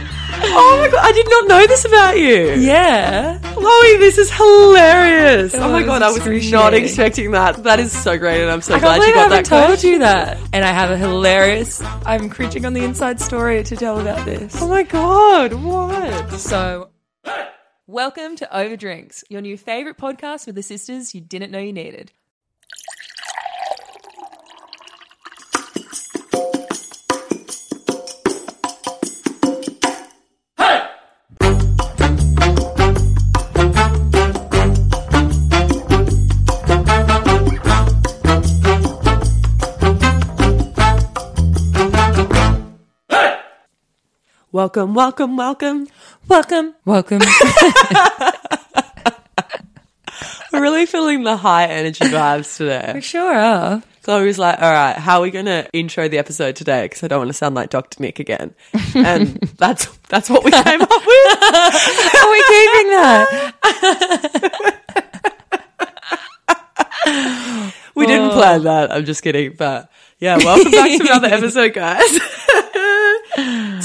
Oh my god, I did not know this about you. Yeah. Chloe, this is hilarious. It oh my was god, I was not excruciating. expecting that. That is so great, and I'm so I can't glad you believe I got haven't that told question. you that. And I have a hilarious, I'm cringing on the inside story to tell about this. Oh my god, what? So, welcome to Overdrinks, your new favorite podcast with the sisters you didn't know you needed. Welcome, welcome, welcome. Welcome. Welcome. We're really feeling the high energy vibes today. we sure are. Chloe was like, all right, how are we going to intro the episode today? Because I don't want to sound like Dr. Nick again. And that's that's what we came up with. Are we keeping that? We didn't Oh. plan that. I'm just kidding. But yeah, welcome back to another episode, guys.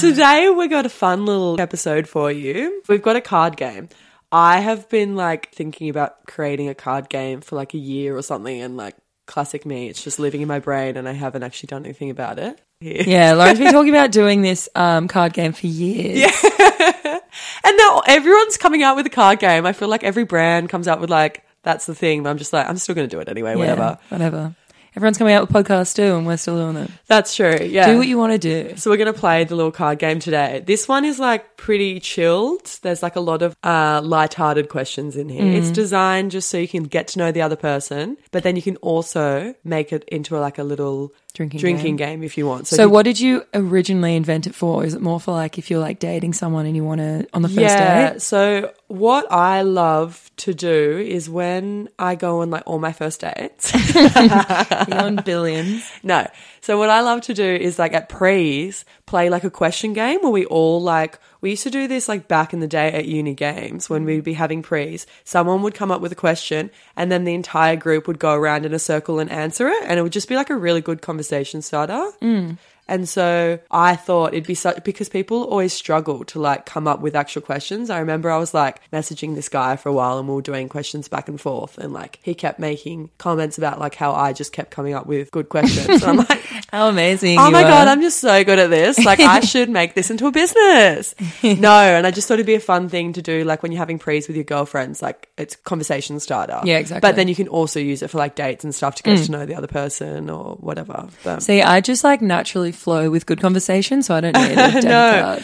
Today we got a fun little episode for you. We've got a card game. I have been like thinking about creating a card game for like a year or something and like classic me, it's just living in my brain and I haven't actually done anything about it. Here. Yeah, Lauren's been talking about doing this um, card game for years. Yeah. And now everyone's coming out with a card game. I feel like every brand comes out with like that's the thing. But I'm just like I'm still going to do it anyway. Whatever. Whatever. Everyone's coming out with podcasts too, and we're still doing it. That's true. Yeah. Do what you want to do. so we're going to play the little card game today. This one is like pretty chilled. There's like a lot of uh, light-hearted questions in here. It's designed just so you can get to know the other person, but then you can also make it into like a little Drinking drinking game, if you want. So, if you- what did you originally invent it for? Is it more for like if you're like dating someone and you want to on the first Yeah. date? So what I love to do is when I go on like all my first dates. on billions. No. So what I love to do is like at pre's play like a question game where we all like we used to do this like back in the day at uni games when we'd be having pre's. Someone would come up with a question and then the entire group would go around in a circle and answer it and it would just be like a really good conversation starter. Mm. And so I thought it'd be such because people always struggle to like come up with actual questions. I remember I was like messaging this guy for a while and we were doing questions back and forth and like he kept making comments about like how I just kept coming up with good questions. And I'm like, How amazing! oh you my are. God, I'm just so good at this. Like I should make this into a business. No. And I just thought it'd be a fun thing to do. Like when you're having pre's with your girlfriends, like it's conversation starter. Yeah, exactly. Mm. But then you can also use it for like dates and stuff to get to know the other person or whatever. But. See, I just like naturally flow with good conversation, so I don't need no, a no.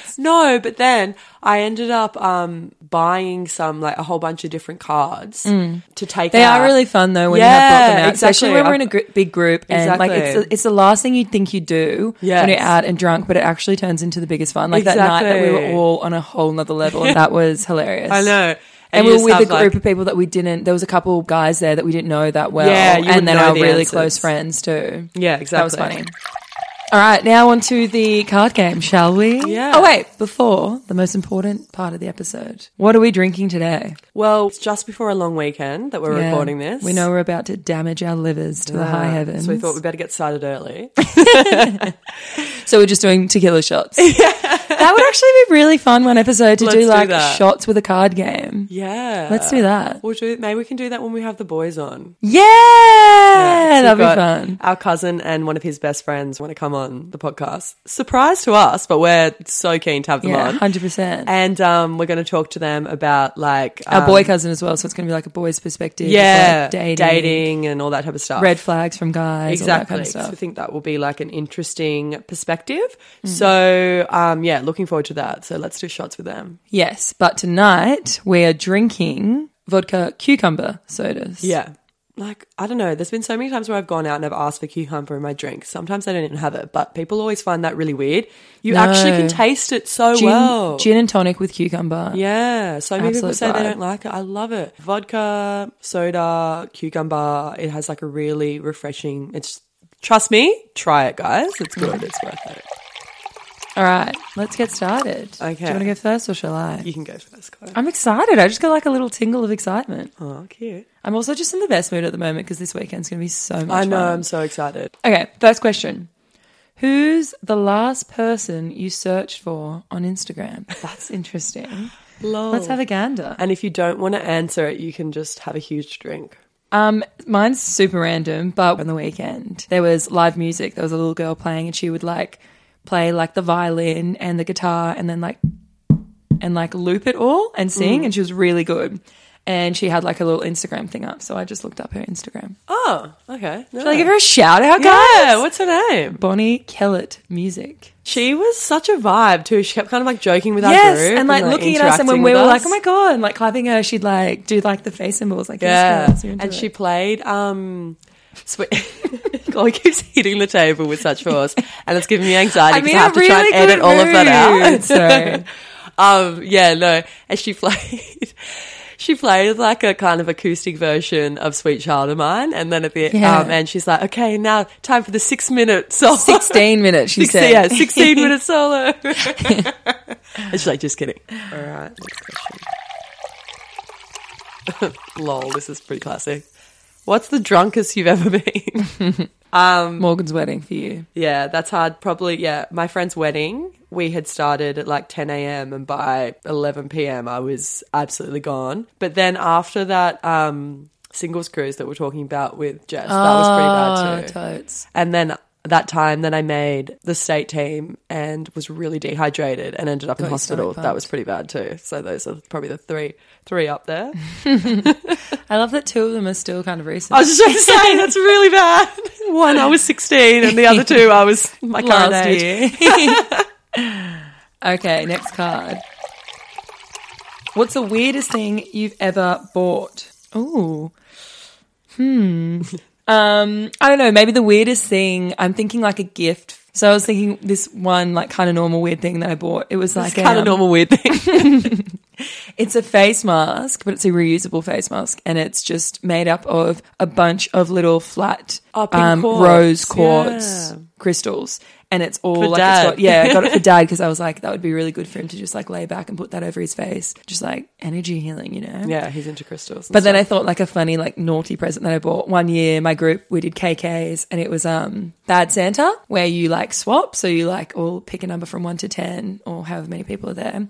no. But then I ended up um, buying some like a whole bunch of different cards to take. Mm. They out. are really fun though when you have Yeah, brought them out, especially exactly. when we're in I've- a gr- big group and like it's Exactly. the, it's the last thing you'd think you'd do when Yes. you're out and drunk, but it actually turns into the biggest fun. Like that night that we were Exactly. all on a whole nother level, and that was hilarious. I know. And, you we were just with a have, group like- of people that we didn't. There was a couple guys there that we didn't know that well, Yeah, you wouldn't and then know our the really answers. close friends too. yeah, that exactly. was funny. All right, now on to the card game, shall we? Yeah. Oh wait, before the most important part of the episode, what are we drinking today? Well, it's just before a long weekend that we're Yeah. recording this. We know we're about to damage our livers to the high Uh, heavens. So we thought we better get started early. So we're just doing tequila shots. That would actually be really fun one episode to Let's do do like that. Uh, shots with a card game. yeah, Let's do that. We'll do. Maybe we can do that when we have the boys on. Yeah, Yeah, so that'd be we've got fun. Our cousin and one of his best friends want to come on the podcast. Surprise to us, but we're so keen to have them Yeah, on. hundred percent. and um, we're going to talk to them about like Our um, boy cousin as well, so it's going to be like a boy's perspective. of, yeah, like, dating, dating and all that type of stuff. red flags from guys, all that exactly. kind of So I stuff. think that will be like an interesting perspective. Mm-hmm. So um, yeah, looking forward to that. So let's do shots with them. Yes, but tonight we are drinking vodka cucumber sodas. Yeah. Like, I don't know. There's been so many times where I've gone out and I've asked for cucumber in my drink. Sometimes I don't even have it, but people always find that really weird. You actually can No. taste it so gin, well. gin and tonic with cucumber. Oh, Yeah, so many people Absolute say they vibe. don't like it. I love it. Vodka, soda, cucumber. It has like a really refreshing. It's trust me, try it, guys. It's good. It's worth it. All right, let's get started. Okay. do you want to go first or shall I? You can go first, Chloe. I'm excited. I just got like a little tingle of excitement. Oh, cute. I'm also just in the best mood at the moment because this weekend's going to be so much I know. fun. I'm so excited. Okay, first question. Who's the last person you searched for on Instagram? That's interesting. Lol. Let's have a gander. and if you don't want to answer it, you can just have a huge drink. Um, mine's super random, but on the weekend there was live music. There was a little girl playing, and she would like play like the violin and the guitar, and then like and like loop it all and Mm. sing. And she was really good. And she had like a little Instagram thing up, so I just looked up her Instagram. Oh, okay. No. Should I give her a shout out, guys? yeah, what's her name? Bonnie Kellett Music. She was such a vibe too. She kept kind of like joking with our Yes, group and like, looking at us, and when interacting we with were like, us. "Oh my god!" and like clapping her, she'd like do like the face symbols, like Yeah, yes, girls, you're into and she it. played. um swe- Chloe keeps hitting the table with such force, and it's giving me anxiety I because mean, I, have a to try really and edit good all of mood, that so. out. um, yeah, no, and she played. She played like a kind of acoustic version of "Sweet Child of Mine," and then at the Yeah. um, and she's like, "Okay, now time for the six-minute song." sixteen minutes. She Six- said, yeah, sixteen-minute solo. and she's like, "Just kidding." All right, next question. Lol, this is pretty classic. What's the drunkest you've ever been? Morgan's wedding for you. yeah, that's hard. Probably, yeah. My friend's wedding, we had started at like 10 a.m. and by 11 p.m., I was absolutely gone. But then after that um, singles cruise that we're talking about with Jess, that was pretty bad too. Oh, Totes. And then that time that I made the state team and was really dehydrated and ended up in your hospital, stomach that pumped. was pretty bad too. So those are probably the three, three up there. I love that two of them are still kind of recent. I was just going to say that's really bad. One, I was sixteen, and the other two, I was my current Last age. year. okay, next card. What's the weirdest thing you've ever bought? Ooh. Hmm. Um, I don't know, maybe the weirdest thing, I'm thinking like a gift. So I was thinking this one like kind of normal weird thing that I bought. It was like It's kind of um, normal weird thing. It's a face mask, but it's a reusable face mask, and it's just made up of a bunch of little flat um, Oh, pink quartz, rose quartz yeah. crystals, and it's all like dad. It's got, yeah, I got it for dad because I was like that would be really good for him to just like lay back and put that over his face, just like energy healing, you know. yeah, he's into crystals. But then I thought like a funny like naughty present that I bought one year. My group we did KKs and it was um Bad Santa where you like swap, so you like all pick a number from one to ten or however many people are there,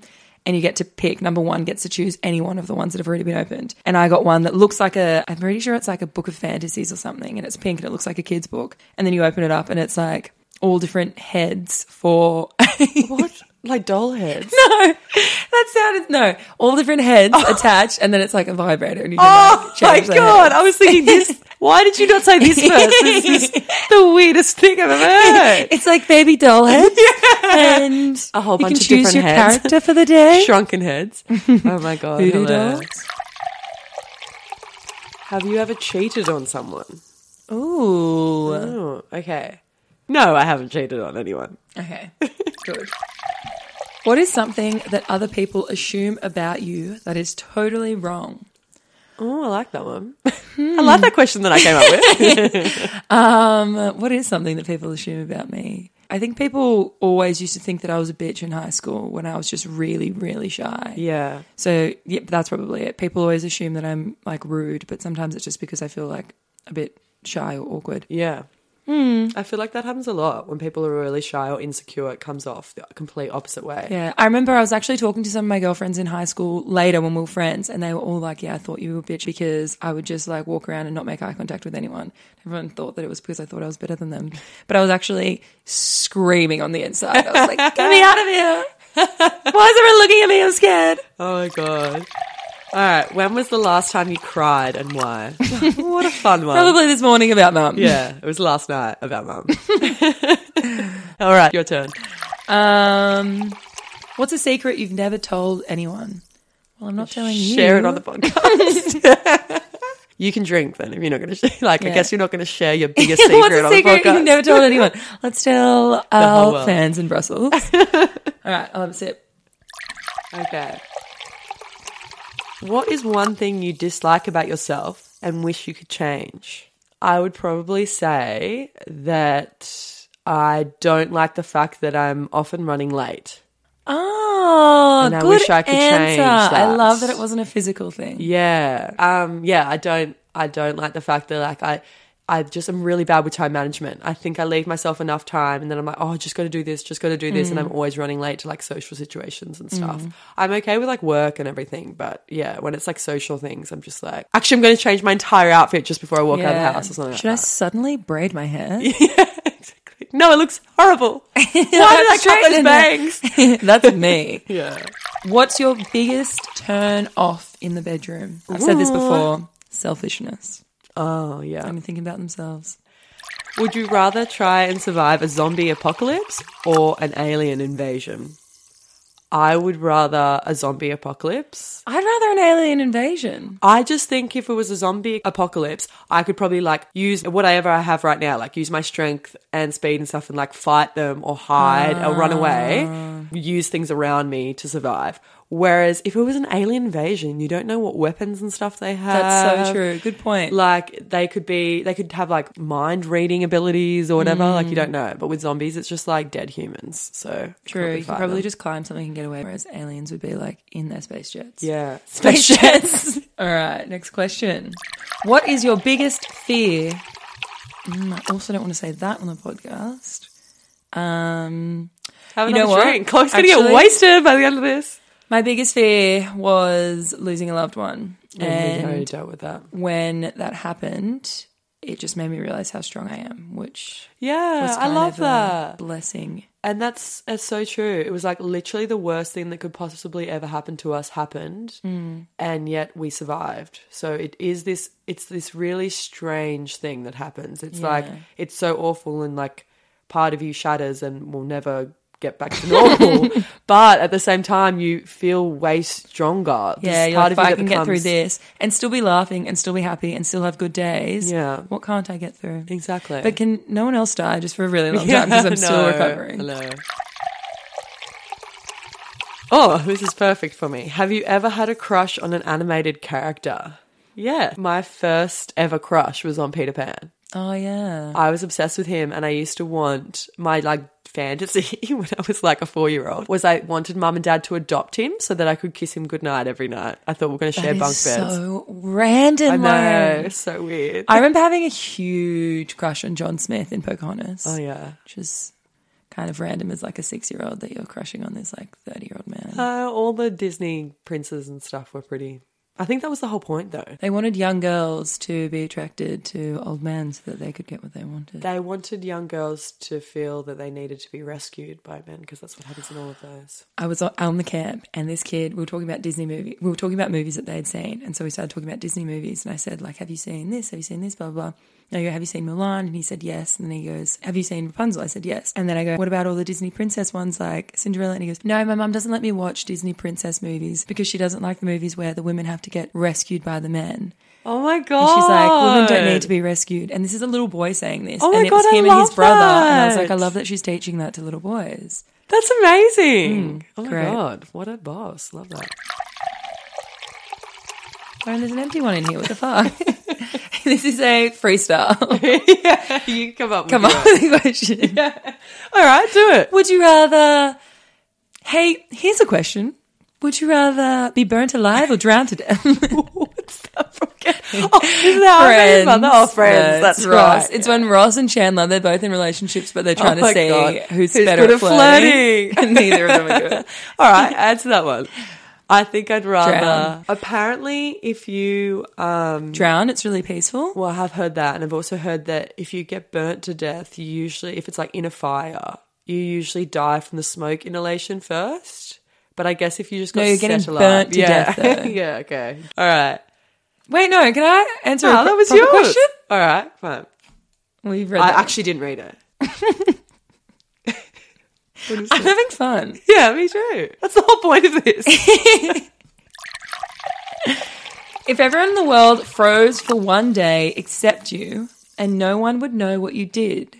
and you get to pick. Number one gets to choose any one of the ones that have already been opened. And I got one that looks like a I'm pretty sure it's like a book of fantasies or something, and it's pink and it looks like a kid's book. And then you open it up and it's like all different heads for what? Like doll heads? no, that sounded no. All different heads attached, and then it's like a vibrator, and you can Oh like, my change the god! head. I was thinking this. Why did you not say this first? This is the weirdest thing I've ever heard. It's like baby doll heads, and A whole you bunch can of choose different your heads. character for the day. Shrunken heads. Oh my god! Voodoo hello. dolls. Have you ever cheated on someone? Ooh. Oh, okay. No, I haven't cheated on anyone. Okay. Good. What is something that other people assume about you that is totally wrong? Oh, I like that one. I like that question that I came up with. Uh, What is something that people assume about me? I think people always used to think that I was a bitch in high school when I was just really, really shy. Yeah. So yeah, that's probably it. People always assume that I'm like rude, but sometimes it's just because I feel like a bit shy or awkward. Yeah. I feel like that happens a lot when people are really shy or insecure. It comes off the complete opposite way. Yeah, I remember I was actually talking to some of my girlfriends in high school later when we were friends, and they were all like, "Yeah, I thought you were a bitch because I would just like walk around and not make eye contact with anyone." Everyone thought that it was because I thought I was better than them, but I was actually screaming on the inside. I was like, "Get me out of here! Why is everyone looking at me? I'm scared." Oh my god. All right. When was the last time you cried and why? what a fun one. Probably this morning about mum. Yeah, it was last night about mum. All right, your turn. Um, what's a secret you've never told anyone? Well, I'm not telling you. Share it on the podcast. you can drink then if you're not going to like. I Yeah. guess you're not going to share your biggest secret What's a on secret the podcast. you've never told anyone? Let's tell our world. fans in Brussels. All right, I'll have a sip. Okay. What is one thing you dislike about yourself and wish you could change? I would probably say that I don't like the fact that I'm often running late. Oh, And I good wish I could answer. change I that. love that it wasn't a physical thing. Yeah. Um yeah, I don't I don't like the fact that like I I just am really bad with time management. I think I leave myself enough time and then I'm like, oh, just got to do this, just got to do this. And Mm. I'm always running late to like social situations and stuff. I'm okay with like work and everything. But yeah, when it's like social things, I'm just like, actually, I'm going to change my entire outfit just before I walk out of the house or something like Should I suddenly braid my hair? that. Exactly. No, it looks horrible. Why did I cut those Straighten bangs? it. That's me. Yeah. What's your biggest turn off in the bedroom? I've said this before. Selfishness. Oh, yeah. I'm thinking about themselves. Would you rather try and survive a zombie apocalypse or an alien invasion? I would rather a zombie apocalypse. I'd rather an alien invasion. I just think if it was a zombie apocalypse, I could probably like use whatever I have right now, like use my strength and speed and stuff and like fight them or hide or run away, use things around me to survive. Whereas if it was an alien invasion, you don't know what weapons and stuff they have. That's so true. Good point. Like they could be, they could have like mind reading abilities or whatever. Like Mm. you don't know. But with zombies, it's just like dead humans. So True. You could fight probably them. just climb something and get away, whereas aliens would be like in their space jets. yeah. Space jets. All right. Next question. What is your biggest fear? Mm, I also don't want to say that on the podcast. Um, Have You another know what? drink. Chloe's gonna get Actually- wasted by the end of this. my biggest fear was losing a loved one, we and already dealt with that. when that happened, it just made me realize how strong I am, which Yeah, was Uh, I kind love of that. a blessing. And that's that's so true. It was like literally the worst thing that could possibly ever happen to us happened, Mm. and yet we survived. So it is this. It's this really strange thing that happens. It's like it's so awful, and like part of you shatters and will never get back to normal. but at the same time, you feel way stronger. This Yeah, you're like, if I that can get through becomes- this and still be laughing and still be happy and still have good days, Yeah. what can't I get through? Exactly. But can no one else die just for a really long time because I'm still no, recovering? no. Oh, this is perfect for me. Have you ever had a crush on an animated character? Yeah. My first ever crush was on Peter Pan. Oh yeah. I was obsessed with him and I used to want my like fantasy when I was like a four year old was I wanted mum and dad to adopt him so that I could kiss him goodnight every night. I thought we are gonna share That bunk is beds. so random. I know, Lauren. it's so weird. I remember having a huge crush on John Smith in Pocahontas, oh yeah. which is kind of random as like a six-year-old that you're crushing on this like thirty-year-old man. Uh, all the Disney princes and stuff were pretty I think that was the whole point though. they wanted young girls to be attracted to old men so that they could get what they wanted. They wanted young girls to feel that they needed to be rescued by men because that's what happens in all of those. I was on- on the camp, and this kid, we were talking about Disney movie. We were talking about movies that they had seen, and so we started talking about Disney movies. And I said, like, have you seen this? Have you seen this? Blah blah. blah. And I go, have you seen Mulan? And he said yes. And then he goes, have you seen Rapunzel? I said yes. And then I go, what about all the Disney princess ones like Cinderella? And he goes, no, my mum doesn't let me watch Disney princess movies because she doesn't like the movies where the women have to get rescued by the men. Oh my And god! she's like, women don't need to be rescued. And this is a little boy saying this. Oh my and it God, was I him and his love brother. And I was like, I that. love that she's teaching that to little boys. That's amazing. oh my Mm, great. god! What a boss! Love that. Lauren, there's an empty one in here. What the fuck? this is a freestyle. you come up. Come on with the question. All right, do it. Would you rather? Hey, here's a question. Would you rather be burnt alive or drowned to death? What's that from? Oh, this is how friends. I made oh, friends. No, that's it's right. Ross. It's when Ross and Chandler, they're both in relationships, but they're Oh trying my to see God. who's, better good at flirting. and neither of them are good. All right, answer that one. I think I'd rather. Drown. Apparently, if you um, Drown, it's really peaceful. Well, I have heard that, and I've also heard that if you get burnt to death, you usually, if it's like in a fire, you usually die from the smoke inhalation first. But I guess if you just got No, you're getting set alive- burnt to yeah. death, though. yeah, okay, all right. Wait, no, can I answer No, a that was proper your question? All right, fine. Well, you've read I that. actually didn't read it. I'm having fun. Yeah, me too. That's the whole point of this. If everyone in the world froze for one day except you, and no one would know what you did,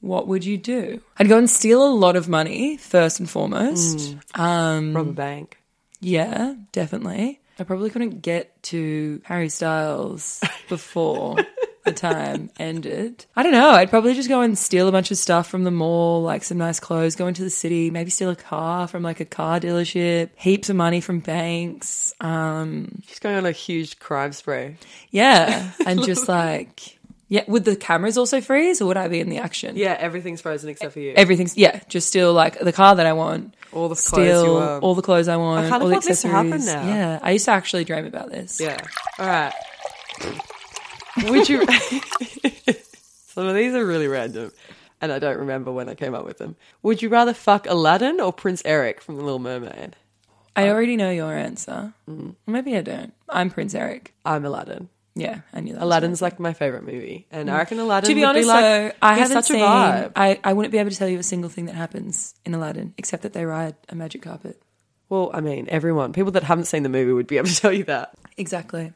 what would you do? I'd go and steal a lot of money, first and foremost. Um, Rob a bank. yeah, definitely. I probably couldn't get to Harry Styles before the time ended. I don't know. I'd probably just go and steal a bunch of stuff from the mall, like some nice clothes, go into the city, maybe steal a car from like a car dealership, heaps of money from banks. Um, She's going on a huge crime spree. yeah. And just like Yeah, would the cameras also freeze, or would I be in the action? Yeah, everything's frozen except for you. everything's yeah, just still like the car that I want, All the clothes still you want. all the clothes I want, kind of all the want this to happen accessories. now. Yeah, I used to actually dream about this. yeah. All right. Would you? Some of these are really random, and I don't remember when I came up with them. Would you rather fuck Aladdin or Prince Eric from The Little Mermaid? I already know your answer. Mm. Maybe I don't. I'm Prince Eric. I'm Aladdin. Yeah, I knew that. was Aladdin's like my favorite movie, and I reckon right. Aladdin. To be would honest, be like, though, I he's haven't such seen. a vibe. I I wouldn't be able to tell you a single thing that happens in Aladdin except that they ride a magic carpet. Well, I mean, everyone, people that haven't seen the movie would be able to tell you that. Exactly.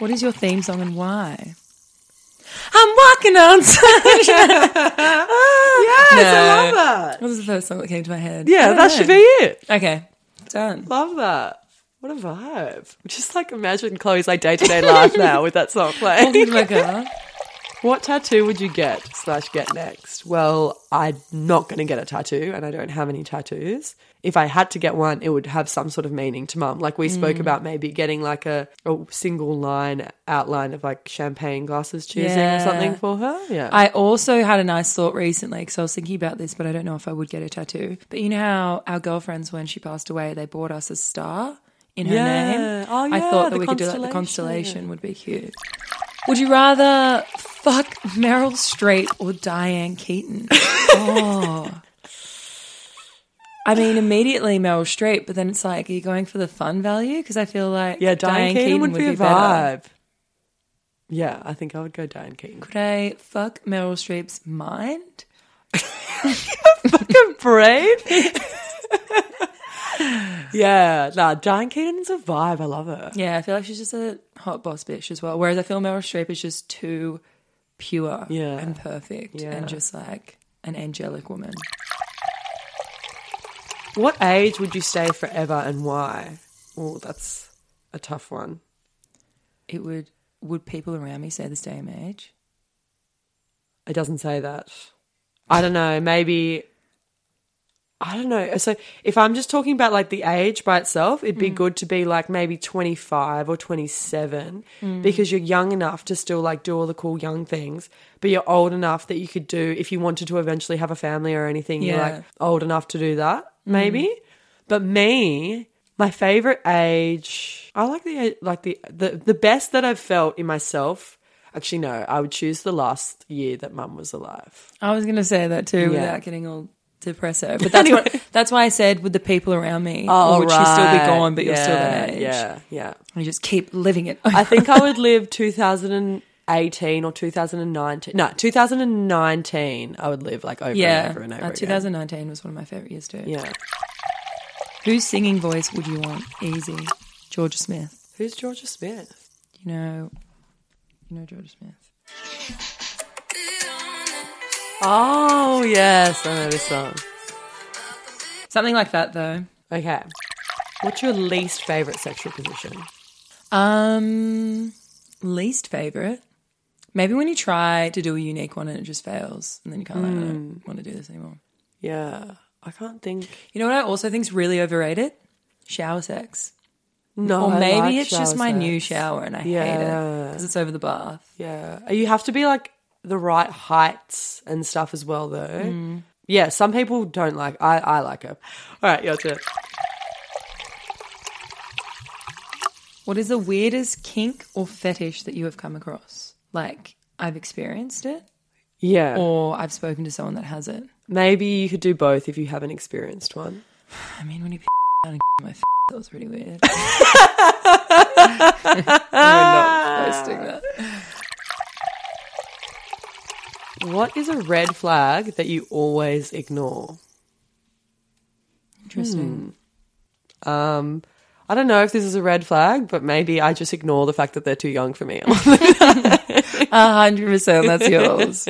What is your theme song and why? I'm walking on. Yes, I love that. What was the first song that came to my head? I Yeah, don't that know. should be it. Okay, done. Love that. What a vibe. Just like imagine Chloe's like day to day life now with that song playing. Walking to my car. What tattoo would you get slash get next? Well, I'm not going to get a tattoo, and I don't have any tattoos. If I had to get one, it would have some sort of meaning to mum. Like we spoke about, maybe getting like a, a single line outline of like champagne glasses choosing or Yeah. something for her. Yeah, I also had a nice thought recently because I was thinking about this, but I don't know if I would get a tattoo. But you know how our girlfriends, when she passed away, they bought us a star in her Yeah. name. Oh, I yeah, thought that the we could do like the constellation. constellation would be cute. Would you rather fuck Meryl Streep or Diane Keaton? oh. I mean, immediately Meryl Streep, but then it's like, are you going for the fun value? Because I feel like yeah. Diane, Keaton, would, be, a better. vibe. Yeah, I think I would go Diane Keaton. Could I fuck Meryl Streep's mind? Brave. yeah, nah, Diane Keaton's a vibe. I love her. Yeah, I feel like she's just a hot boss bitch as well. Whereas I feel Meryl Streep is just too pure Yeah. and perfect Yeah. and just like an angelic woman. What age would you stay forever and why? Oh, that's a tough one. It would would people around me say the same age? It doesn't say that. I don't know. Maybe. I don't know. So if I'm just talking about like the age by itself, it'd be good to be like maybe 25 or 27 because you're young enough to still like do all the cool young things, but you're old enough that you could do if you wanted to eventually have a family or anything, you're Yeah. like old enough to do that, maybe. But me, my favorite age, I like the a- like the, the the best that I've felt in myself. Actually, no, I would choose the last year that Mum was alive. I was gonna say that too without getting all depresso. But that's what that's why I said with the people around me. or would she still be Oh, right. gone but you're still that Yeah, age? Yeah, yeah. You just keep living it. I think I would live 2018 or 2019. No, 2019. I would live like over yeah. and over and over Uh, again. 2019 was one of my favorite years too. Yeah. Whose singing voice would you want? Easy. Georgia Smith. Who's Georgia Smith? You know, you know George Smith. Oh yes, I know this song. Something like that, though. Okay. What's your least favorite sexual position? Um, least favorite. Maybe when you try to do a unique one and it just fails, and then you can't like, I Hmm. don't want to do this anymore. Yeah, I can't think. You know what I also think's really overrated? Shower sex. No, Or Oh, I maybe like it's just shower my sex. new shower and I hate it Yeah. because it's over the bath. Yeah, Uh, you have to be like the right heights and stuff as well, though. Mm. Yeah, some people don't like. I I like her. All right, your turn. What is the weirdest kink or fetish that you have come across? Like, I've experienced it, Yeah, or I've spoken to someone that has it. maybe you could do both if you haven't experienced one. I mean, when you p- down and my f- that was pretty weird. We're not posting that. What is a red flag that you always ignore? Interesting. Um, I don't know if this is a red flag, but maybe I just ignore the fact that they're too young for me. A hundred percent. That's yours.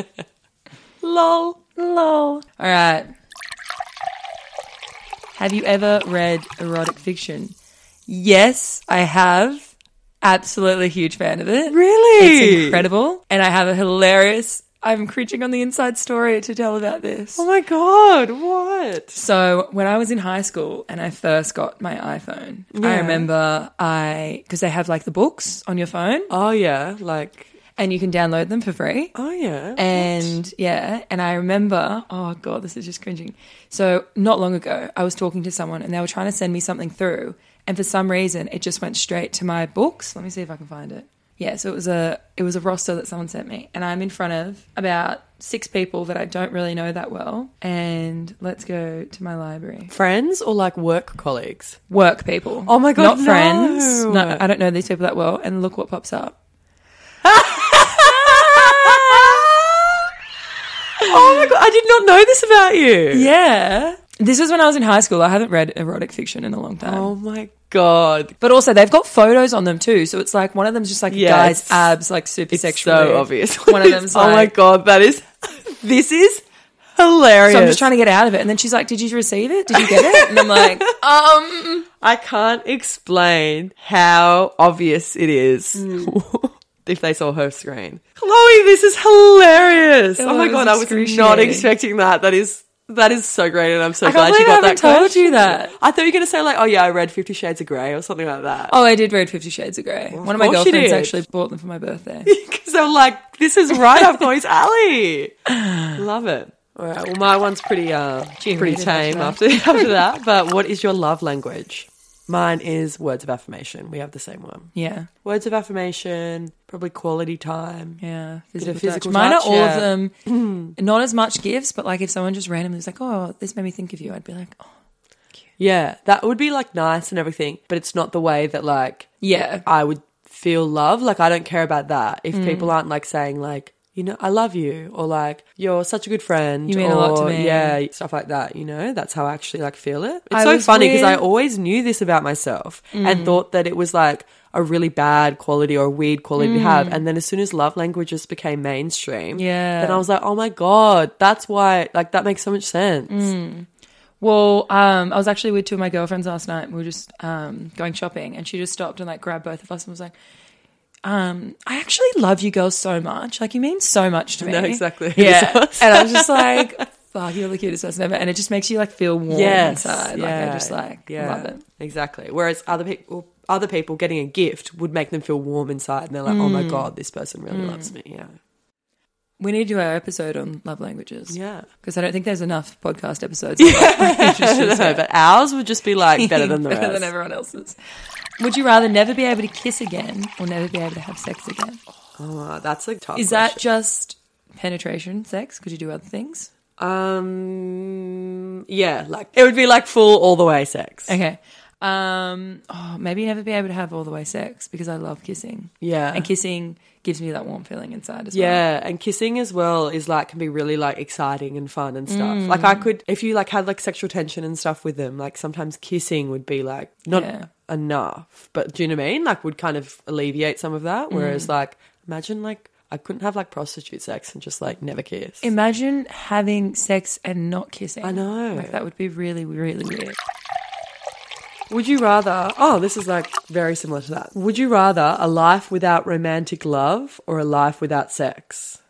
Lol. Lol. All right. Have you ever read erotic fiction? Yes, I have. Absolutely huge fan of it. Really? It's incredible. And I have a hilarious, I'm cringing on the inside story to tell about this. Oh my god! What? So when I was in high school and I first got my iPhone, I remember I because they have like the books on your phone, Oh yeah, like and you can download them for free. Oh yeah. And yeah, and I remember, oh God, this is just cringing. So, not long ago, I was talking to someone and they were trying to send me something through. And for some reason, it just went straight to my books. Let me see if I can find it. Yeah, so it was a it was a roster that someone sent me, and I'm in front of about six people that I don't really know that well. And let's go to my library. friends or like work colleagues? Work people. Oh my God, not friends. no. No, I don't know these people that well. And look what pops up. Oh my god, I did not know this about you. Yeah. This is when I was in high school. I haven't read erotic fiction in a long time. Oh my god. But also, they've got photos on them too. So it's like one of them's just like Yeah, a guy's it's- abs, like super It's sexual. so obvious. One of them's Oh my like- god, that is this is hilarious. So I'm just trying to get out of it. And then she's like, Did you receive it? Did you get it? And I'm like, Um. I can't explain how obvious it is Mm. if they saw her screen. Chloe, this is hilarious. oh my was god, I was not excruciating. expecting that. That is that is so great, and I'm so I glad can't you believe I got that. haven't told question. you that. I thought you were going to say like, oh yeah, I read Fifty Shades of Grey or something like that. Oh, I did read Fifty Shades of Grey. One of my course you girlfriends did. actually bought them for my birthday. Because I'm like, this is right up Chloe's alley. Love it. All right. Well, my one's pretty uh, pretty read it tame after after after that. But what is your love language? Mine is words of affirmation. We have the same one. Yeah. Words of affirmation, probably quality time. Yeah. Bit Physical, of physical touch. Mine touch, are all yeah. of them. Not as much gifts, but like if someone just randomly was like, Oh, this made me think of you, I'd be like, Oh, Yeah, that would be like nice and everything, but it's not the way that like yeah. I would feel love. Like I don't care about that if Mm. people aren't like saying like you know I love you or like you're such a good friend. You mean or, a lot to me. Yeah, stuff like that. You know, that's how I actually like feel it. It's I so was funny because I with- Mm. always knew this about myself and thought that it was like a really bad quality or a weird quality to have. And then as soon as love languages became mainstream, Mm. Yeah. then I was like, oh my god, that's why. Like that makes so much sense. Mm. Well, um, I was actually with two of my girlfriends last night. And we were just um, going shopping, and she just stopped and like grabbed both of us and was like, um, "I actually love you girls so much. Like, you mean so much to me." No, exactly. Yeah. This was- and I was just like, "Fuck, you're the cutest person ever." And it just makes you like feel warm inside. Like, I just like love it. Exactly. Whereas other people, other people getting a gift would make them feel warm inside, and they're like, "Oh Mm. my god, this person really loves me." Yeah, We need to do our episode on love languages. yeah. Because I don't think there's enough podcast episodes. on love languages No, yet. but ours would just be like better than the rest. better than everyone else's. Would you rather never be able to kiss again or never be able to have sex again? oh, that's a tough. Is that just penetration sex? Could you do other things? that um? Yeah, like it would be like full all the way sex. Okay. Um, oh, maybe never be able to have all the way sex because I love kissing. Yeah. And kissing gives me that warm feeling inside as well. Yeah, and kissing as well is like can be really like exciting and fun and stuff. Like I Mm. could if you like had like sexual tension and stuff with them, like sometimes kissing would be like not Yeah. enough. But do you know what I mean? Like would kind of alleviate some of that. Mm. Whereas like imagine like I couldn't have like prostitute sex and just like never kiss. Imagine having sex and not kissing. I know. Like that would be really, really weird. Would you rather? Oh, this is like very similar to that. Would you rather a life without romantic love or a life without sex?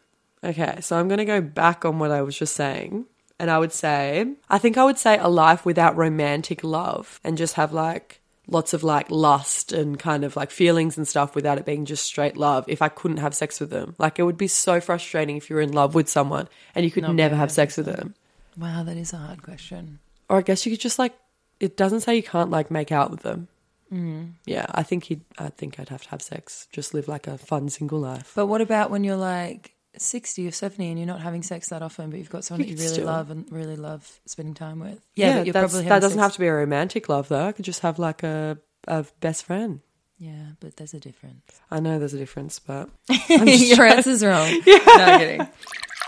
Okay, so I'm going to go back on what I was just saying. And I would say, I think I would say a life without romantic love and just have like lots of like lust and kind of like feelings and stuff without it being just straight love if I couldn't have sex with them. Like it would be so frustrating if you were in love with someone and you could never have sex with them. Wow, that is a hard question. Or I guess you could just like it doesn't say you can't like make out with them. Mm. Yeah, I think he'd. I think I'd have to have sex. Just live like a fun single life. But what about when you're like 60 or 70 and you're not having sex that often, but you've got someone that you could really still- love and really love spending time with? Yeah, but you're that's- probably that having doesn't sex- have to be a romantic love though. I could just have like a a best friend. Yeah, but there's a difference. I know there's a difference, but Your answer's wrong. yeah. No, I'm kidding.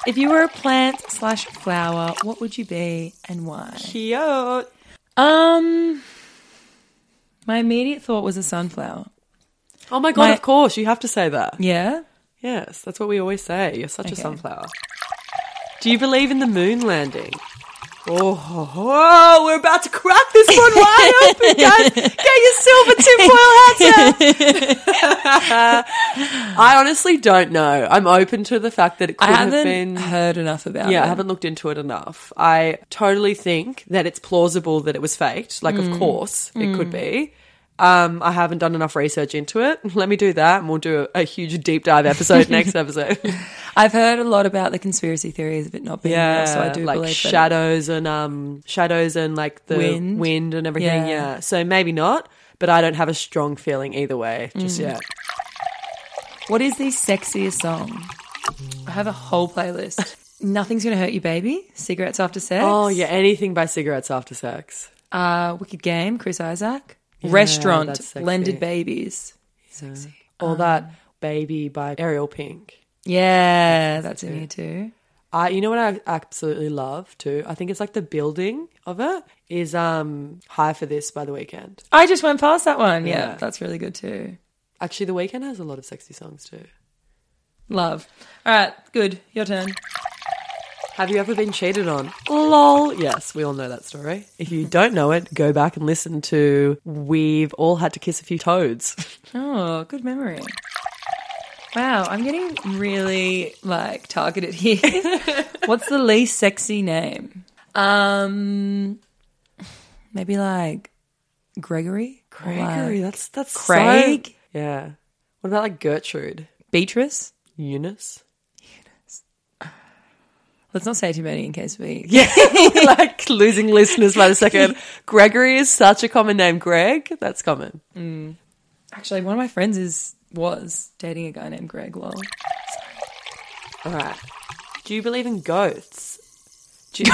If you were a plant slash flower, what would you be and why? cute. Um, my immediate thought was a sunflower. Oh my god! My- of course, you have to say that. Yeah. Yes, that's what we always say. You're such a Okay. sunflower. Do you believe in the moon landing? Oh, ho, ho, we're about to crack this one wide open, guys. Get your silver tinfoil hats out. I honestly don't know. I'm open to the fact that it could I have haven't been. heard enough about Yeah, I it. haven't looked into it enough. Mm. I totally think that it's plausible that it was faked. Like, of course, it could be. Um, I haven't done enough research into it. Let me do that, and we'll do a, a huge deep dive episode next episode. I've heard a lot about the conspiracy theories of it not being yeah, real, so I do like believe shadows and um shadows and like the Wind. wind, and everything. Yeah. Yeah. so maybe not, but I don't have a strong feeling either way Mm. just yet. that. What is the sexiest song? I have a whole playlist. Nothing's gonna hurt you, baby. Cigarettes after sex. Oh yeah, anything by cigarettes after sex. Uh, Wicked Game. Chris Isaac. that's Restaurant. sexy. Blended Babies. Sexy. Um. All that baby by Ariel Pink. Yeah, that's in here too. Uh, you know what I absolutely love too? I think it's like the building of it is um high for this by the weekend. I just went past that one. Yeah, Yeah. that's really good too. Actually, the weekend has a lot of sexy songs too. Love. All right, good. Your turn. Have you ever been cheated on? Lol. Yes, we all know that story. If you don't know it, go back and listen to We've All Had to Kiss a Few Toads. Oh, good memory. Wow, I'm getting really like targeted here. What's the least sexy name? Um, maybe like Gregory, Or, like, Gregory, that's that's so- Craig? yeah. What about like Gertrude? Beatrice. Eunice? Let's not say too many in case we. Yeah. like losing listeners by the second. Gregory is such a common name. Greg? That's common. Actually, one of my friends is was dating a guy named Greg. Lol. All right. Do you believe in ghosts? Do you-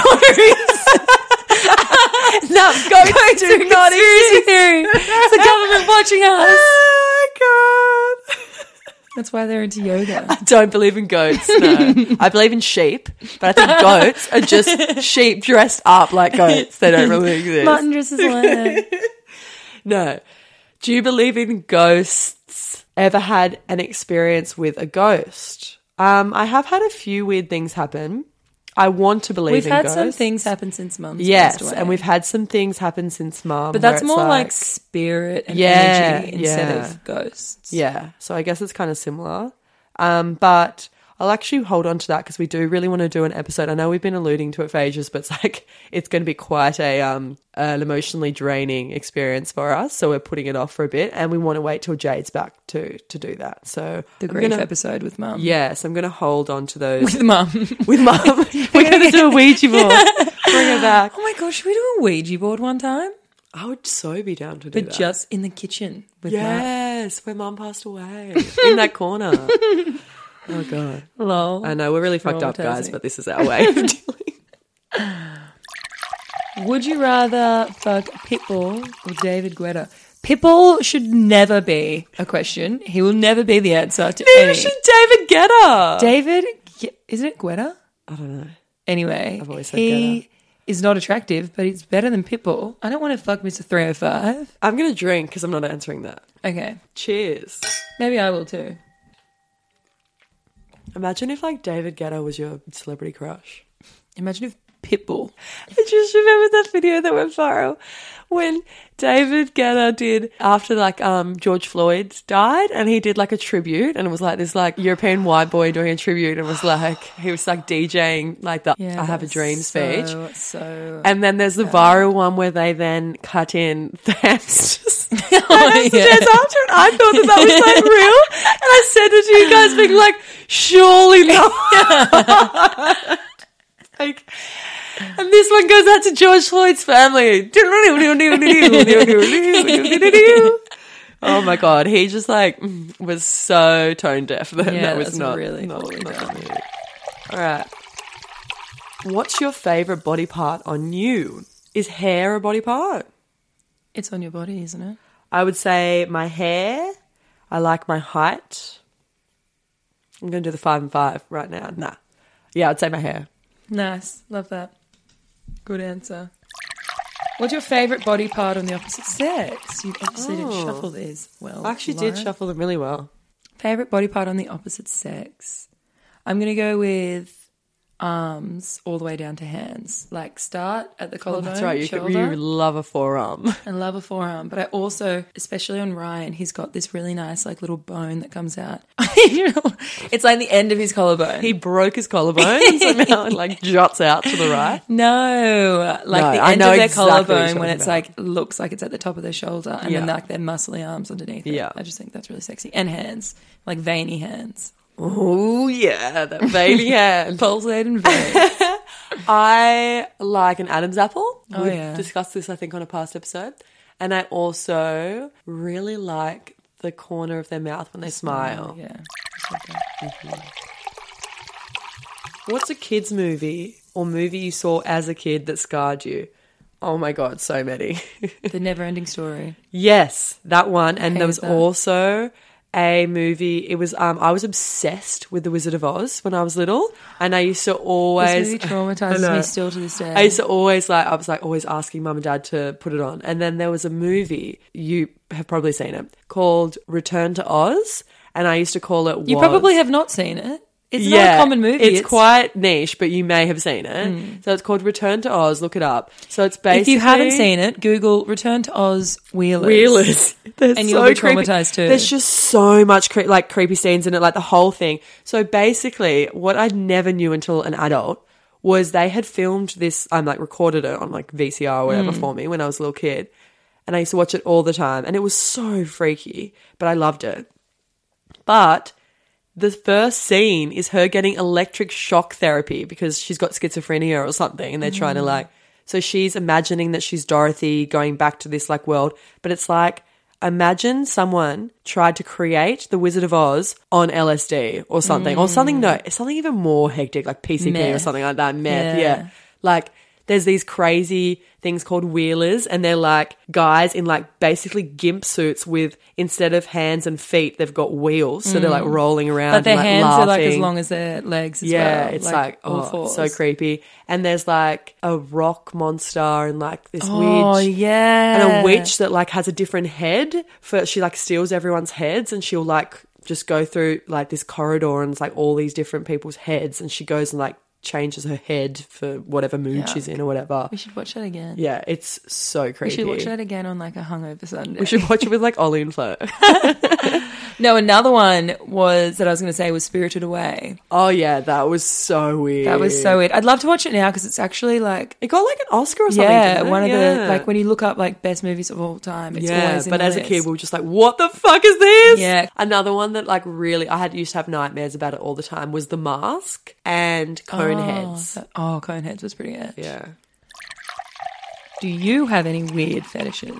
No, go, to not conspiracy theory. It's the government watching us. oh my god. That's why they're into yoga. don't believe in goats. No. I believe in sheep, but I think goats are just sheep dressed up like goats. They don't really exist. Martin dresses like No. Do you believe in ghosts? Ever had an experience with a ghost? Um, I have had a few weird things happen. I want to believe We've in had ghosts. some things happen since mum's Yes, passed away. and we've had some things happen since mum. but that's where it's more like, spirit and Yeah, energy instead yeah. of ghosts. Yeah. So I guess it's kind of similar. Um, but I'll actually hold on to that because we do really want to do an episode. I know we've been alluding to it for ages, but it's like it's going to be quite a um, an emotionally draining experience for us. So we're putting it off for a bit, and we want to wait till Jade's back to to do that. So The I'm grief gonna- episode with mum. Yes, I'm going to hold on to those With mum. with mum. We're going to do a Ouija board. Bring her back. Oh my gosh, should we do a Ouija board one time? I would so be down to do But that. just in the kitchen with yeah. yes, where mum passed away in that corner. oh god. mum. Lol. I know we're really fucked up, guys, Traumatizing. but this is our way of dealing. Would you rather fuck Pitbull or David Guetta? Pitbull should never be a question. He will never be the answer to any. David Guetta. David, Ge- isn't it Guetta? I don't know. Anyway, I've always said he is not attractive, but he's better than Pitbull. I don't want to fuck Mr. 305. I'm gonna drink because I'm not answering that. Okay, Cheers. maybe I will too. Imagine if like David Guetta was your celebrity crush. Imagine if Pitbull. I just remembered that video that went viral when David Guetta did after like um George Floyd died and he did like a tribute and it was like this like European white boy doing a tribute and it was like he was like DJing like the I have a dream so, speech. So And then there's the viral one where they then cut in Thanks just Thanks just yeah. after, and I thought that that was like real, and I said it to you guys, being like, surely not. like, and this one goes out to George Floyd's family. oh my god, he just like was so tone deaf. That, Yeah, that was that's not really not- poorly not done. me. All right. What's your favorite body part on you? Is hair a body part? it's on your body, isn't it? I would say my hair. I like my height. I'm going to do the five and five right now. Nah. Yeah, I'd say my hair. Nice, love that. Good answer. What's your favorite body part on the opposite sex? You obviously didn't Oh. shuffle these well. I actually did Lauren. shuffle them really well. Favorite body part on the opposite sex? I'm going to go with arms all the way down to hands. Like start at the collarbone, That's right. You, could, shoulder, you love a forearm. and love a forearm. But I also, especially on Ryan, he's got this really nice like little bone that comes out. You know, it's like the end of his collarbone. He broke his collarbone somehow and like juts out to the right. No, like No, the I end know of their exactly what you're collarbone when talking it's about. like looks like it's at the top of their shoulder, and then Yeah. like their muscly arms underneath. It. Yeah. I just think that's really sexy, and hands like veiny hands, Oh yeah, that veiny hand. pulsating veins. I like an Adam's apple. Oh, We've yeah. discussed this, I think, on a past episode. And I also really like the corner of their mouth when they smile. yeah, What's a kids' movie or movie you saw as a kid that scarred you? Oh my god, so many. the never-ending story. yes, that one. And there Hate was that. also a movie. It was um I was obsessed with The Wizard of Oz when I was little, and I used to always This movie I traumatizes know. me still to this day. I used to always like I was like always asking mum and dad to put it on. And then there was a movie you have probably seen it called Return to Oz, and I used to call it. you Woz. probably have not seen it. It's not Yeah, a common movie. It's, quite niche, but you may have seen it. So it's called Return to Oz. Look it up. So it's basically If you haven't seen it, Google "Return to Oz" Wheelers. Wheelers. They're And so you'll be creepy. traumatized too. There's just so much cre- like creepy scenes in it, like the whole thing. So basically, what I never knew until an adult was they had filmed this. I'm like recorded it on like VCR or Hmm. whatever for me when I was a little kid, and I used to watch it all the time, and it was so freaky, but I loved it. But the first scene is her getting electric shock therapy because she's got schizophrenia or something, and they're trying to like. So she's imagining that she's Dorothy going back to this like world, but it's like imagine someone tried to create the Wizard of Oz on LSD or something, or something no, something even more hectic like PCP or Meth. something like that. Meth, Yeah. yeah. Like there's these crazy things called wheelers and they're like guys in like basically gimp suits with instead of hands and feet they've got wheels so they're like rolling around Mm. But their and, like, hands laughing. are like as long as their legs. As yeah, well. it's like, all oh, it's so fours. creepy. And there's like a rock monster and like this Oh witch yeah, and a witch that like has a different head for she like steals everyone's heads and she'll like just go through like this corridor and it's like all these different people's heads and she goes and like changes her head for whatever mood Yeah. she's in or whatever. We should watch that again. Yeah, it's so we creepy. should watch that again on like a hungover Sunday. We should watch it with like Ollie and Flo. No, another one was that I was going to say was Spirited Away. Oh yeah, that was so weird. That was so weird. I'd love to watch it now because it's actually like. It got like an Oscar or something. Yeah, didn't it? one of the Yeah. like when you look up like best movies of all time, it's yeah, always in but the as a list. kid, we were just like, "What the fuck is this?" Yeah. Another one that like really, I had used to have nightmares about it all the time was The Mask and Coneheads. Oh, that- oh, Coneheads was pretty good. yeah, Do you have any weird fetishes?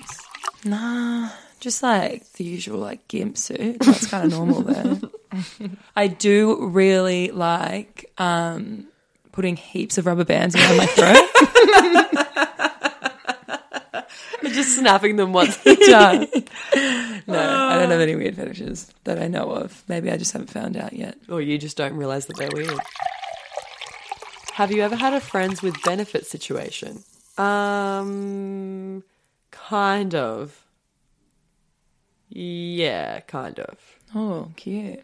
Nah, just like the usual like gimp suit. That's kind of normal there. I do really like um, putting heaps of rubber bands around my throat. just snapping them once. Done. No, I don't have any weird fetishes that I know of. Maybe I just haven't found out yet. or Oh, you just don't realize that they're weird. Have you ever had a friends with benefit situation? Um, kind of. Yeah, kind of. Oh, cute.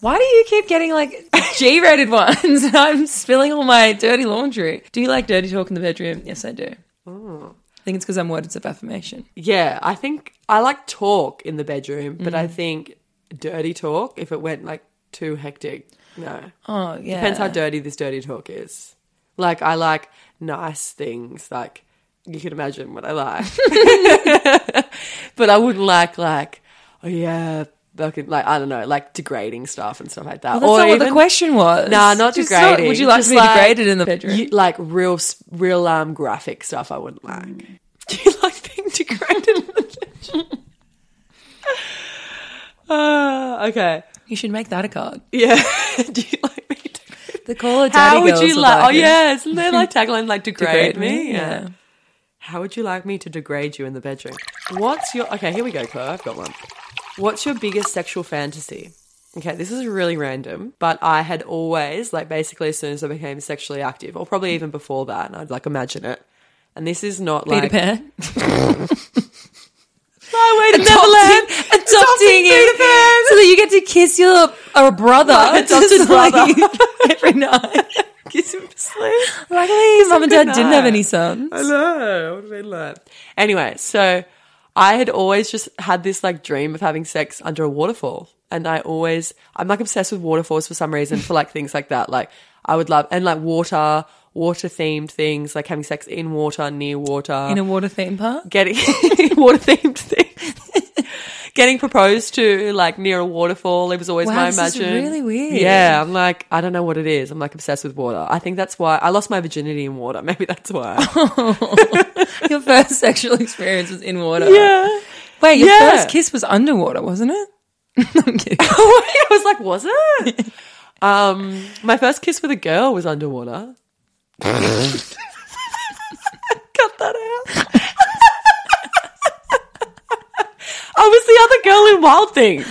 Why do you keep getting like G rated ones? I'm spilling all my dirty laundry. Do you like dirty talk in the bedroom? Yes, I do. I think it's because I'm words of affirmation. Yeah, I think I like talk in the bedroom, but Mm. I think dirty talk, if it went like too hectic, no. Oh, yeah. Depends how dirty this dirty talk is. Like, I like nice things. Like, you can imagine what I like. but I wouldn't like, like, oh, yeah, fucking, like, I don't know, like degrading stuff and stuff like that. Well, that's or not what the even- question was. Nah, not Just degrading. would you like Just to be like- degraded in the bedroom? You- like real, s- real um, graphic stuff. I wouldn't like. Do you like being degraded? in the kitchen? uh, okay. You should make that a card. Yeah. Do you like being degraded? The caller daddy How would girls you will like? Oh it. yeah, isn't there like tagline like degrade, Degrade me? me, yeah. How would you like me to degrade you in the bedroom? What's your okay? Here we go, Chloe. I've got one. What's your biggest sexual fantasy? Okay, this is really random, but I had always like basically as soon as I became sexually active, or probably even before that, and I'd like imagine it. And this is not Peter like Pan. Highway to adopting, Neverland. adopting, it, Peter Pan. so that you get to kiss your a brother, My adopted just like brother. every night. Kiss him to sleep. Luckily, mum and good dad didn't night. have Uh, any sons. I know. What have I learned? Anyway, so I had always just had this like dream of having sex under a waterfall. And I always, I'm like obsessed with waterfalls for some reason for like things like that. Like I would love, and like water, water themed things, like having sex in water, near water. In a water theme park. getting water themed things. getting proposed to like near a waterfall. It was always Wow, my this is imagination. really weird. Yeah, I'm like I don't know what it is. I'm like obsessed with water. I think that's why I lost my virginity in water. Maybe that's why. Your first sexual experience was in water. yeah. Wait, your Yeah. first kiss was underwater, wasn't it? I'm kidding. I was like, was it? um, my first kiss with a girl was underwater. Cut that out. I was the other girl in Wild Things.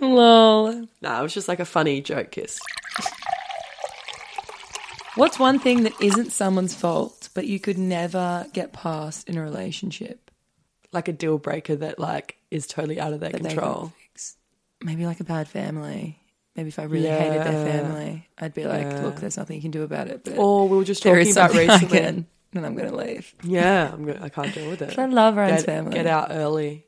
Lol. No, it was just like a funny joke kiss. What's one thing that isn't someone's fault, but you could never get past in a relationship? like a deal breaker that like is totally out of their that they control. can fix? Maybe like a bad family. Maybe if I really hated their Yeah. family, I'd be like, Yeah. look, there's nothing you can do about it. But Or we were just there talking is about something I recently. can, and I'm going to leave. Yeah, I'm gonna, I can't deal with it. I love Ryan's get, family. Get out early.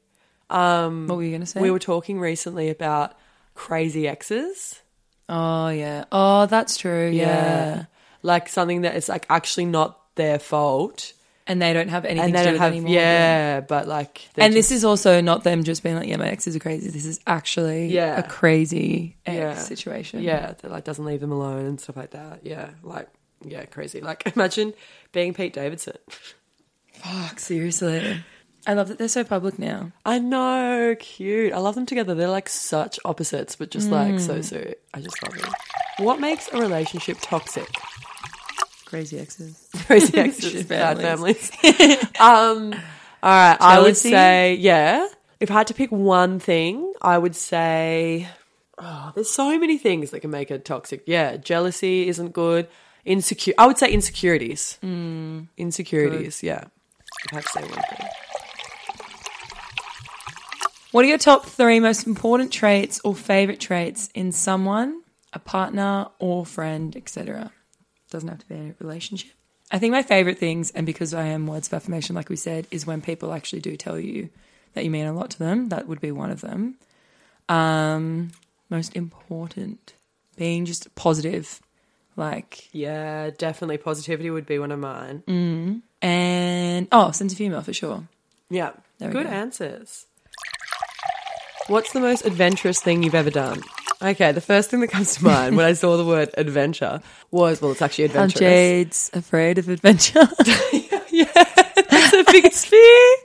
What were you going to say? We were talking recently about crazy exes. oh, yeah. Oh, that's true. yeah. like something that is like actually not their fault, and they don't have anything and they to do don't have with it anymore. yeah, but like And this is also not them just being like, yeah, my exes are crazy. This is actually Yeah. a crazy ex Yeah. situation. yeah that like doesn't leave them alone and stuff like that. Yeah, like yeah, crazy. Like imagine being Pete Davidson. Fuck, seriously. I love that they're so public now. I know, cute. I love them together. They're like such opposites, but just like Mm. so so. I just love them. What makes a relationship toxic? Crazy exes. Crazy exes, Shit bad families. families. um, all right, I would Jealousy? say yeah. If I had to pick one thing, I would say oh, there's so many things that can make it toxic. Yeah, jealousy isn't good. Insecure. I would say insecurities. Insecurities. Yeah. If I had to say one thing. What are your top three most important traits or favorite traits in someone, a partner or friend, etc.? Doesn't have to be a relationship. I think my favorite things, and because I am words of affirmation, like we said, is when people actually do tell you that you mean a lot to them. That would be one of them. Um, most important being just positive, like Yeah, definitely positivity would be one of mine. and oh, sense of humor for sure. Yeah. There we Good go. answers. What's the most adventurous thing you've ever done? Okay, the first thing that comes to mind when I saw the word adventure was well, it's actually How adventurous. Jade's afraid of adventure. That's the biggest fear.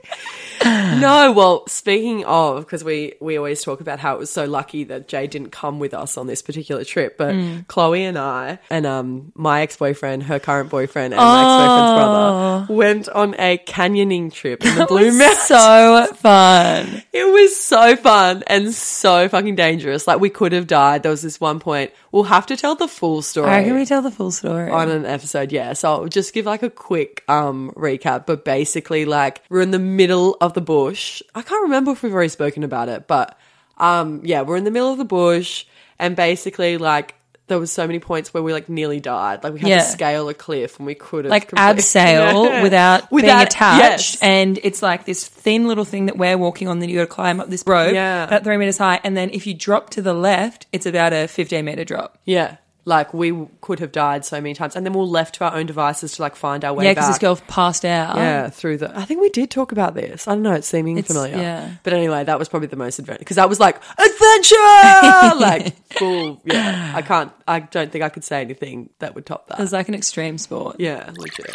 No, well, speaking of, because we we always talk about how it was so lucky that Jay didn't come with us on this particular trip, but Hmm. Chloe and I and um my ex boyfriend, her current boyfriend, and my ex boyfriend's brother went on a canyoning trip in the Blue Mountains. Oh. so fun. It was so fun and so fucking dangerous. Like we could have died. There was this one point. We'll have to tell the full story I reckon we tell the full story. on an episode. Yeah. So I'll just give like a quick um recap. But basically, like we're in the middle of the bush. I can't remember if we've already spoken about it, but um yeah, we're in the middle of the bush, and basically like. There was so many points where we like nearly died. Like we had Yeah. to scale a cliff and we could have like completely- abseil Yeah. without, being attached. yes. And it's like this thin little thing that we're walking on. Then you got to climb up this rope Yeah. about three meters high. And then if you drop to the left, it's about a 15 meter drop. Yeah. Like we w- could have died so many times, and then we're left to our own devices to like find our way yeah, back. because this girl passed out. yeah, through the. I think we did talk about this. I don't know. It's seeming It's- familiar. yeah. But anyway, that was probably the most adventure because that was like adventure, like full. Yeah, I can't. I don't think I could say anything that would top It that. was like an extreme sport. Yeah, legit.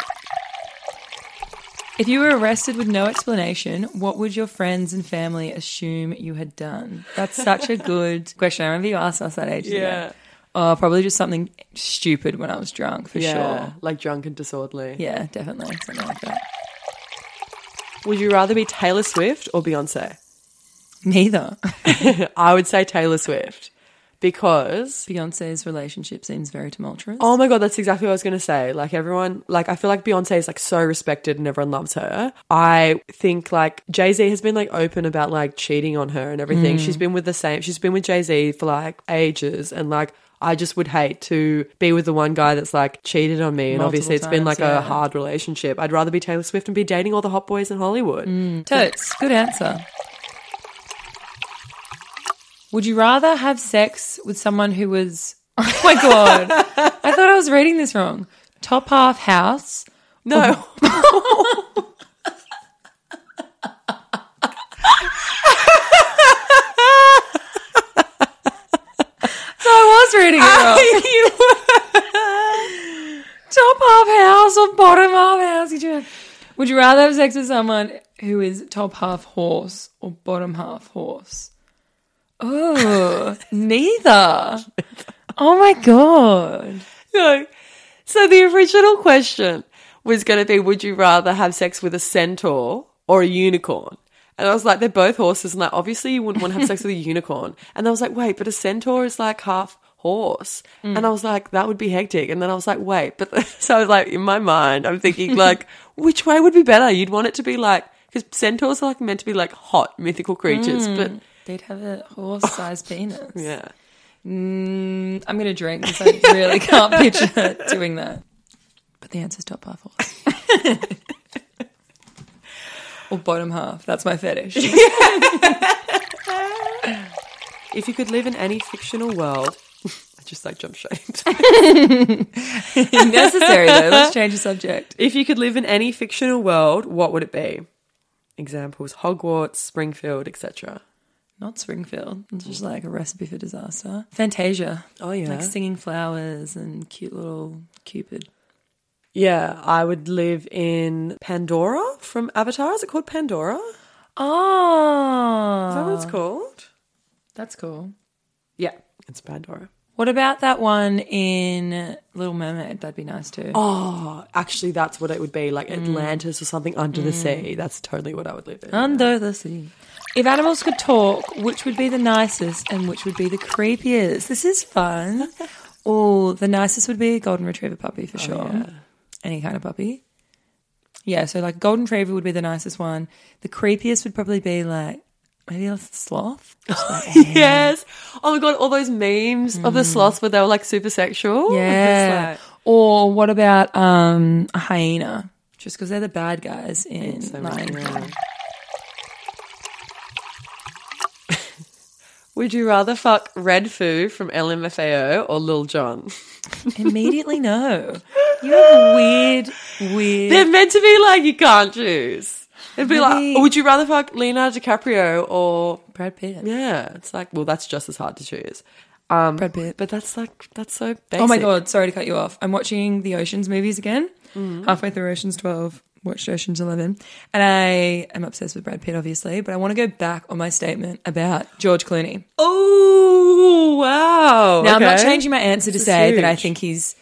If you were arrested with no explanation, what would your friends and family assume you had done? That's such a good question. I remember you asked us that ages Yeah. ago. Oh, probably just something stupid when I was drunk, for Yeah, sure. like drunk and disorderly. Yeah, definitely. Something like that. Would you rather be Taylor Swift or Beyonce? Neither. I would say Taylor Swift because Beyonce's relationship seems very tumultuous. Oh my god, that's exactly what I was gonna say. Like everyone, like I feel like Beyonce is like so respected and everyone loves her. I think like Jay Z has been like open about like cheating on her and Mm. everything. She's been with the same. She's been with Jay Z for like ages, and like I just would hate to be with the one guy that's like cheated on me. And Multiple obviously, it's been like times, yeah. a hard relationship. I'd rather be Taylor Swift and be dating all the hot boys in Hollywood. Mm. Totes, good answer. Would you rather have sex with someone who was. Oh my god. I thought I was reading this wrong. Top half house. No, No, I was reading it you wrong. Top half house or bottom half house. You do- Would you rather have sex with someone who is top half horse or bottom half horse? Oh, neither. Oh my god. No. So the original question was going to be would you rather have sex with a centaur or a unicorn? And I was like, they're both horses. And like, obviously, you wouldn't want to have sex with a unicorn. And I was like, wait, but a centaur is like half horse. And I was like, that would be hectic. And then I was like, wait, but so I was like, in my mind, I'm thinking, like, which way would be better? You'd want it to be like, because centaurs are like meant to be like hot mythical creatures. But They'd have a horse-sized penis. yeah. Mm, I'm going to drink because I really can't picture doing that. But the answer's top half horse. or bottom half. That's my fetish. If you could live in any fictional world, I just like jump straight into Necessary though. Let's change the subject. If you could live in any fictional world, what would it be? Examples: Hogwarts, Springfield, etc. Not Springfield. It's just like a recipe for disaster. Fantasia. Oh, yeah. Like singing flowers and cute little Cupid. Yeah, I would live in Pandora from Avatar. Is it called Pandora? Is Oh. that what it's called? That's cool. Yeah, it's Pandora. What about that one in Little Mermaid? That'd be nice too. Oh, actually, that's what it would be like Atlantis or something under the sea. That's totally what I would live in. Under the sea. If animals could talk, which would be the nicest and which would be the creepiest? This is fun. Oh, the nicest would be a golden retriever puppy Oh, for sure. Any kind of puppy. Yeah, so like golden retriever would be the nicest one. The creepiest would probably be like maybe a sloth. Just like, Yes. Oh my god, all those memes of the sloths where they were like super sexual. yeah. It's like- or what about um, a hyena? Just because they're the bad guys in so Lion much King. more. Would you rather fuck Red Foo from LMFAO or Lil Jon? Immediately, no. You have weird, weird. They're meant to be like you can't choose. It'd be like, Really? or would you rather fuck Leonardo DiCaprio or Brad Pitt. yeah? It's like, well, that's just as hard to choose. Brad Pitt. But that's like that's so basic. Oh my god, sorry to cut you off. I'm watching the Oceans movies again. Mm-hmm. Halfway through Oceans 12, watched Oceans 11, and I am obsessed with Brad Pitt, obviously. But I want to go back on my statement about George Clooney. Oh wow! Now I'm not Okay. changing my answer to is say that I huge. think he's,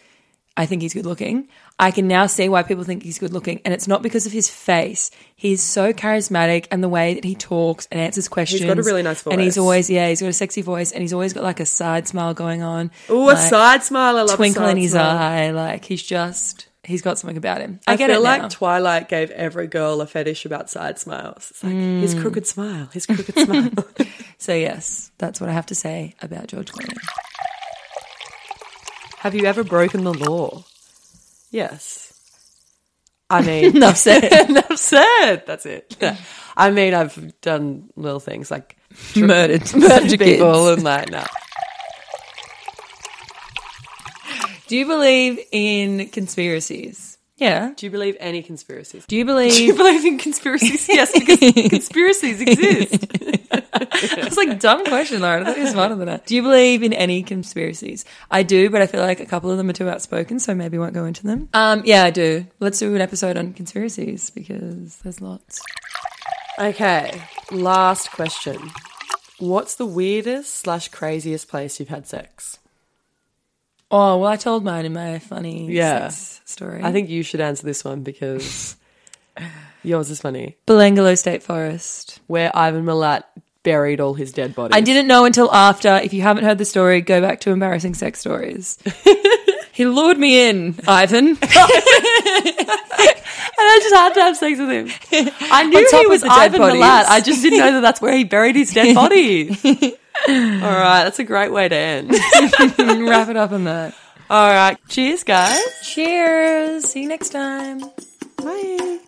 I think he's good looking. I can now see why people think he's good looking, and it's not because of his face. He's so charismatic, and the way that he talks and answers questions. really nice and he's voice. always yeah, he's got a sexy voice, and he's always got like a side smile going on. Ooh, a like- side smile. I love a twinkle in side his smile. eye. Like he's just he's got something about him. I, I, get feel it like now. Twilight gave every girl a fetish about side smiles. It's like his crooked smile, his crooked smile. so yes, that's what I have to say about George Clooney. Have you ever broken the law? Yes. I mean, Enough said. enough said. That's it. No. I mean, I've done little things like Murdered, murder people and like no. Do you believe in conspiracies? Yeah. Do you believe any conspiracies? Do you Do you believe? believe in conspiracies? Yes, because conspiracies exist. It's like a dumb question, Lauren. I thought you were smarter than that. Do you believe in any conspiracies? I do, but I feel like a couple of them are too outspoken, so maybe won't go into them. Um, yeah, I do. Let's do an episode on conspiracies because there's lots. Okay, last question. What's the weirdest slash craziest place you've had sex? Oh well, I told mine in my funny Yeah. sex story. I think you should answer this one because yours is funny. Belengalo State Forest. Where Ivan Milat buried all his dead bodies. I didn't know until after. If you haven't heard the story, go back to embarrassing sex stories. he lured me in, Ivan. and I just had to have sex with hhim. I On knew top he of was the dead Ivan the Lad. bodies. I just didn't know that that's where he buried his dead bodies. all right, that's a great way to end. just wrap it up on that. All right, cheers, guys. Cheers. See you next time. Bye.